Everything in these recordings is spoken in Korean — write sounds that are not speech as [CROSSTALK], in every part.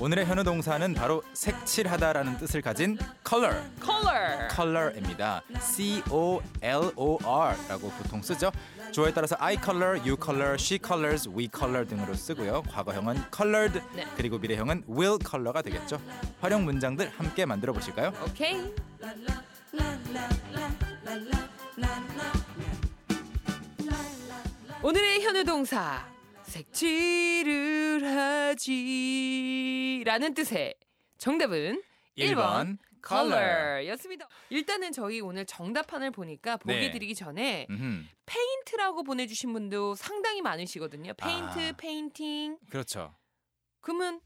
오늘의 현우 동사는 바로 색칠하다라는 뜻을 가진 color, 네. 컬러. color입니다. C O L O R라고 보통 쓰죠. 주어에 따라서 I color, you color, she colors, we color 등으로 쓰고요. 과거형은 colored, 네. 그리고 미래형은 will color가 되겠죠. 활용 문장들 함께 만들어 보실까요? 오케이. 오늘의 현우 동사 색칠을 하지라는 뜻의 정답은 일 번, 1번 컬러였습니다. 일단은 저희 오늘 정답판을 보니까 보기 네. 드리기 전에 음, 페인트라고 보내주신 분도 상당히 많으시거든요. 페인트, 아. 페인팅. 그렇죠. 그러면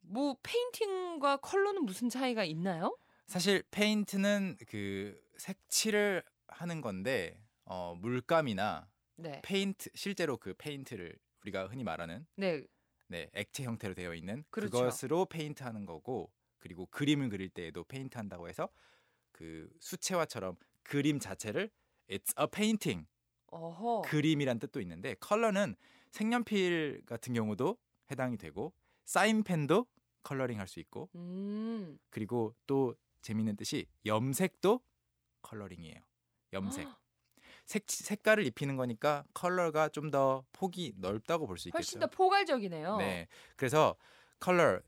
뭐 페인팅과 컬러는 무슨 차이가 있나요? 사실 페인트는 그 색칠을 하는 건데 어, 물감이나 네, 페인트 실제로 그 페인트를 우리가 흔히 말하는 네, 네, 액체 형태로 되어 있는 그 그렇죠. 것으로 페인트하는 거고 그리고 그림을 그릴 때에도 페인트한다고 해서 그 수채화처럼 그림 자체를 it's a painting 어허. 그림이란 뜻도 있는데 컬러는 색연필 같은 경우도 해당이 되고 사인펜도 컬러링 할 수 있고 음. 그리고 또 재밌는 뜻이 염색도 컬러링이에요. 염색. 아. 색 색깔을 입히는 거니까 컬러가 좀 더 폭이 넓다고 볼 수 있겠죠. 훨씬 더 포괄적이네요. 네. 그래서 컬러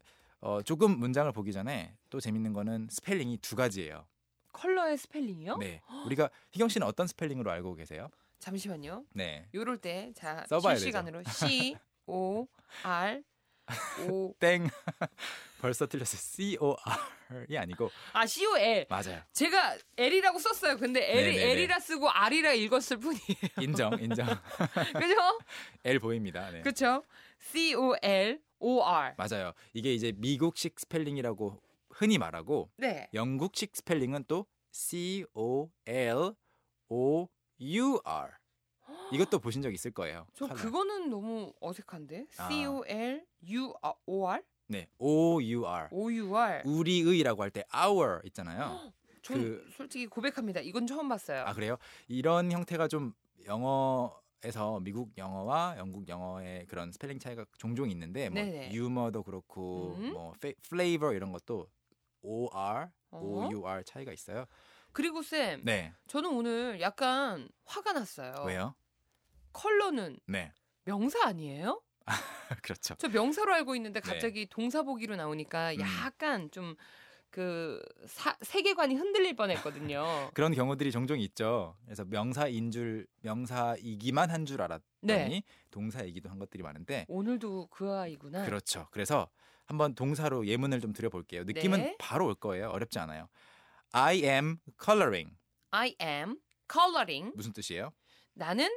어, 조금 문장을 보기 전에 또 재밌는 거는 스펠링이 두 가지예요. 컬러의 스펠링이요? 네. 우리가 희경 씨는 어떤 스펠링으로 알고 계세요? 잠시만요. 네. 요럴 때 자, 써봐야 [LAUGHS] 실시간으로 C O R O [LAUGHS] 땡. 벌써 틀렸어요. C O R이 아니고 아 C O L 맞아요. 제가 L이라고 썼어요. 근데 L 네네네. L이라 쓰고 R이라 읽었을 [LAUGHS] 뿐이에요. 인정, 인정. 그죠? L 보입니다. 네. 그렇죠? C O L O R 맞아요. 이게 이제 미국식 스펠링이라고 흔히 말하고 네. 영국식 스펠링은 또 C O L O U R. 이것도 보신 적 있을 거예요. 저 컬러. 그거는 너무 어색한데. 아. C O L U 아, O R 네. O U R. O U R 우리의라고 할 때 our 있잖아요. 저는 그- 솔직히 고백합니다. 이건 처음 봤어요. 아 그래요? 이런 형태가 좀 영어에서 미국 영어와 영국 영어의 그런 스펠링 차이가 종종 있는데 뭐 네네. 유머도 그렇고 음. 뭐 페, flavor 이런 것도 or, 어? our 차이가 있어요. 그리고 쌤, 네. 저는 오늘 약간 화가 났어요. 왜요? 컬러는 네. [LAUGHS] 명사 아니에요? 그렇죠. 저 명사로 알고 있는데 네. 갑자기 동사 보기로 나오니까 음. 약간 좀 그 세계관이 [LAUGHS] 흔들릴 뻔했거든요. 그런 경우들이 종종 있죠. 그래서 명사인 줄 명사이기만 한 줄 알았더니 네. 동사이기도 한 것들이 많은데 오늘도 그 아이구나. 그렇죠. 그래서 한번 동사로 예문을 좀 드려볼게요. 느낌은 네. 바로 올 거예요. 어렵지 않아요. I am coloring I am coloring. 무슨 뜻이에요? 나는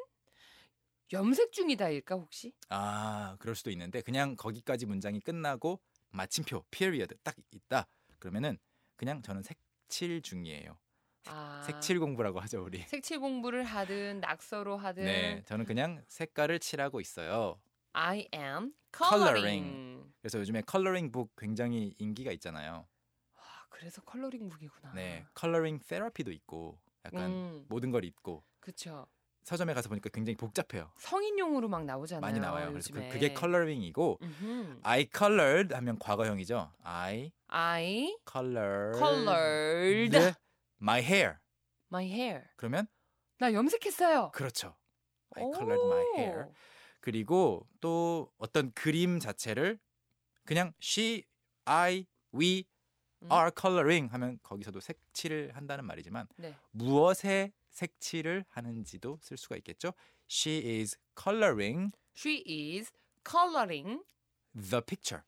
염색 중이다일까 혹시? 아 그럴 수도 있는데 그냥 거기까지 문장이 끝나고 마침표 period 딱 있다 그러면은 그냥 저는 색칠 중이에요. 아, 색칠 공부라고 하죠 우리. 색칠 공부를 하든 낙서로 하든 네, 저는 그냥 색깔을 칠하고 있어요. I am Coloring. coloring. 그래서 요즘에 컬러링 북 굉장히 인기가 있잖아요. 아, 그래서 컬러링 북이구나. 네, 컬러링 테라피도 있고 약간 아. 음, 모든 걸 잊고 그쵸. 서점에 가서 보니까 굉장히 복잡해요. 성인용으로 막 나오잖아요. 많이 나와요. 그래서 요즘에. 그, 그게 컬러링이고 아. 음흠. I colored 하면 과거형이죠. I I colored, colored 네. my hair. my hair. 그러면 나 염색했어요. 그렇죠. I colored my 오. hair. 그리고 또 어떤 그림 자체를 그냥 she, I, we 음. are coloring 하면 거기서도 색칠을 한다는 말이지만 네. 무엇에 색칠을 하는지도 쓸 수가 있겠죠. She is coloring She is coloring the picture.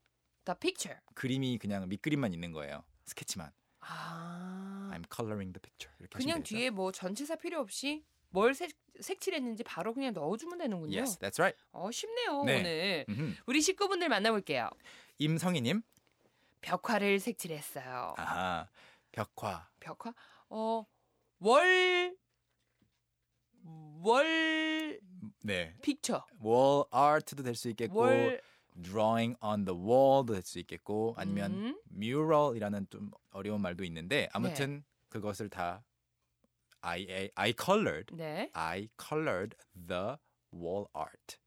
the picture. 그림이 그냥 밑그림만 있는 거예요. 스케치만. 아. I'm coloring the picture. 이렇게 하시면 그냥 되죠. 뒤에 뭐 전치사 필요 없이 뭘 색, 색칠했는지 바로 그냥 넣어주면 되는군요. Yes, that's right. 어, 쉽네요 네. 오늘. 음흠. 우리 식구분들 만나볼게요. 임성희님, 어. 벽화를 색칠했어요. 아하, 벽화, 벽화? 어, 월, 월, 네, 픽처. wall art도 될 수 있겠고, 월, drawing on the wall도 될 수 있겠고, 아니면 음, 네. mural이라는 좀 어려운 말도 있는데 아무튼 그것을 다 I I colored 네. I colored the wall art.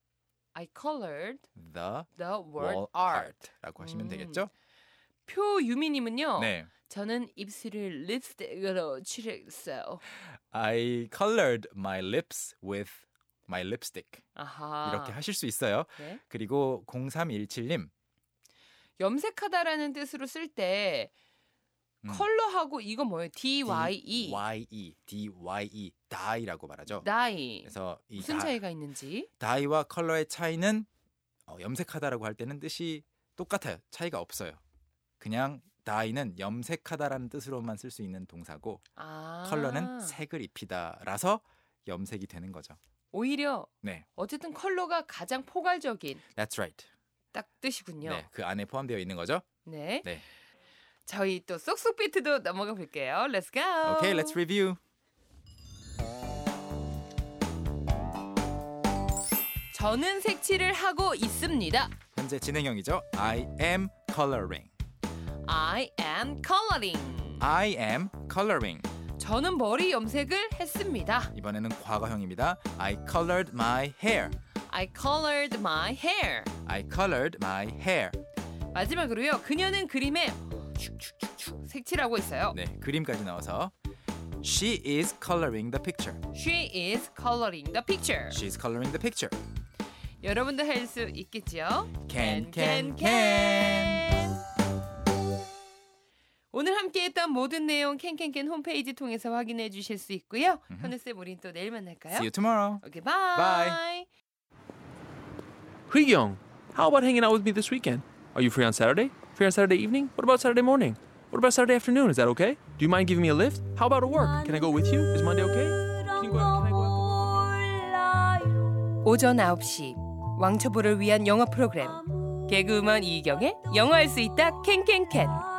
I colored The the wall word art. art라고 하시면 음. 어. 되겠죠? 표유미님은요. 네. 저는 입술을 립스틱으로 칠했어요. I colored my lips with my lipstick. 아하. 이렇게 하실 수 있어요. 네. 그리고 0317님. 염색하다라는 뜻으로 쓸 때 음. 컬러하고 이거 뭐예요? D Y E. Y E D Y E dye라고 말하죠. 나이. 그래서 이 무슨 다- 차이가 있는지. dye와 컬러의 차이는 어, 염색하다라고 할 때는 뜻이 똑같아요. 차이가 없어요. 그냥 dye는 염색하다라는 뜻으로만 쓸 수 있는 동사고 아. 컬러는 색을 입히다라서 염색이 되는 거죠. 오히려 네, 어쨌든 컬러가 가장 포괄적인 that's right. 딱 뜻이군요. 네, 그 안에 포함되어 있는 거죠. 네. 네. 저희 또 쏙쏙 비트도 넘어가 볼게요. Let's go. Okay, let's review. 저는 색칠을 하고 있습니다. 현재 진행형이죠. I am coloring. I am coloring. I am coloring. 저는 머리 염색을 했습니다. 이번에는 과거형입니다. I colored my hair. I colored my hair. I colored my hair. 마지막으로요. 그녀는 그림에 색칠하고 있어요. 네, 그림까지 넣어서 She is coloring the picture. She is coloring the picture. She's coloring the picture. 여러분도 할 수 있겠지요? Can can can. 캔캔캔. 오늘 함께했던 모든 내용 캔캔캔 홈페이지 통해서 확인해 주실 수 있고요. 음흠. 현우 쌤, 우린 또 내일 만날까요? See you tomorrow. 오케이, 바이. Bye. Young, how about hanging out with me this weekend? Are you free on Saturday? Free on Saturday evening? What about Saturday morning? What about Saturday afternoon? Is that okay? Do you mind giving me a lift? How about at work? Can I go with you? Is Monday okay? Can you go out? Can I go out? 오전 9시 왕초보를 위한 영어 프로그램 개그우먼 이경의 영어할 수 있다 캔캔캔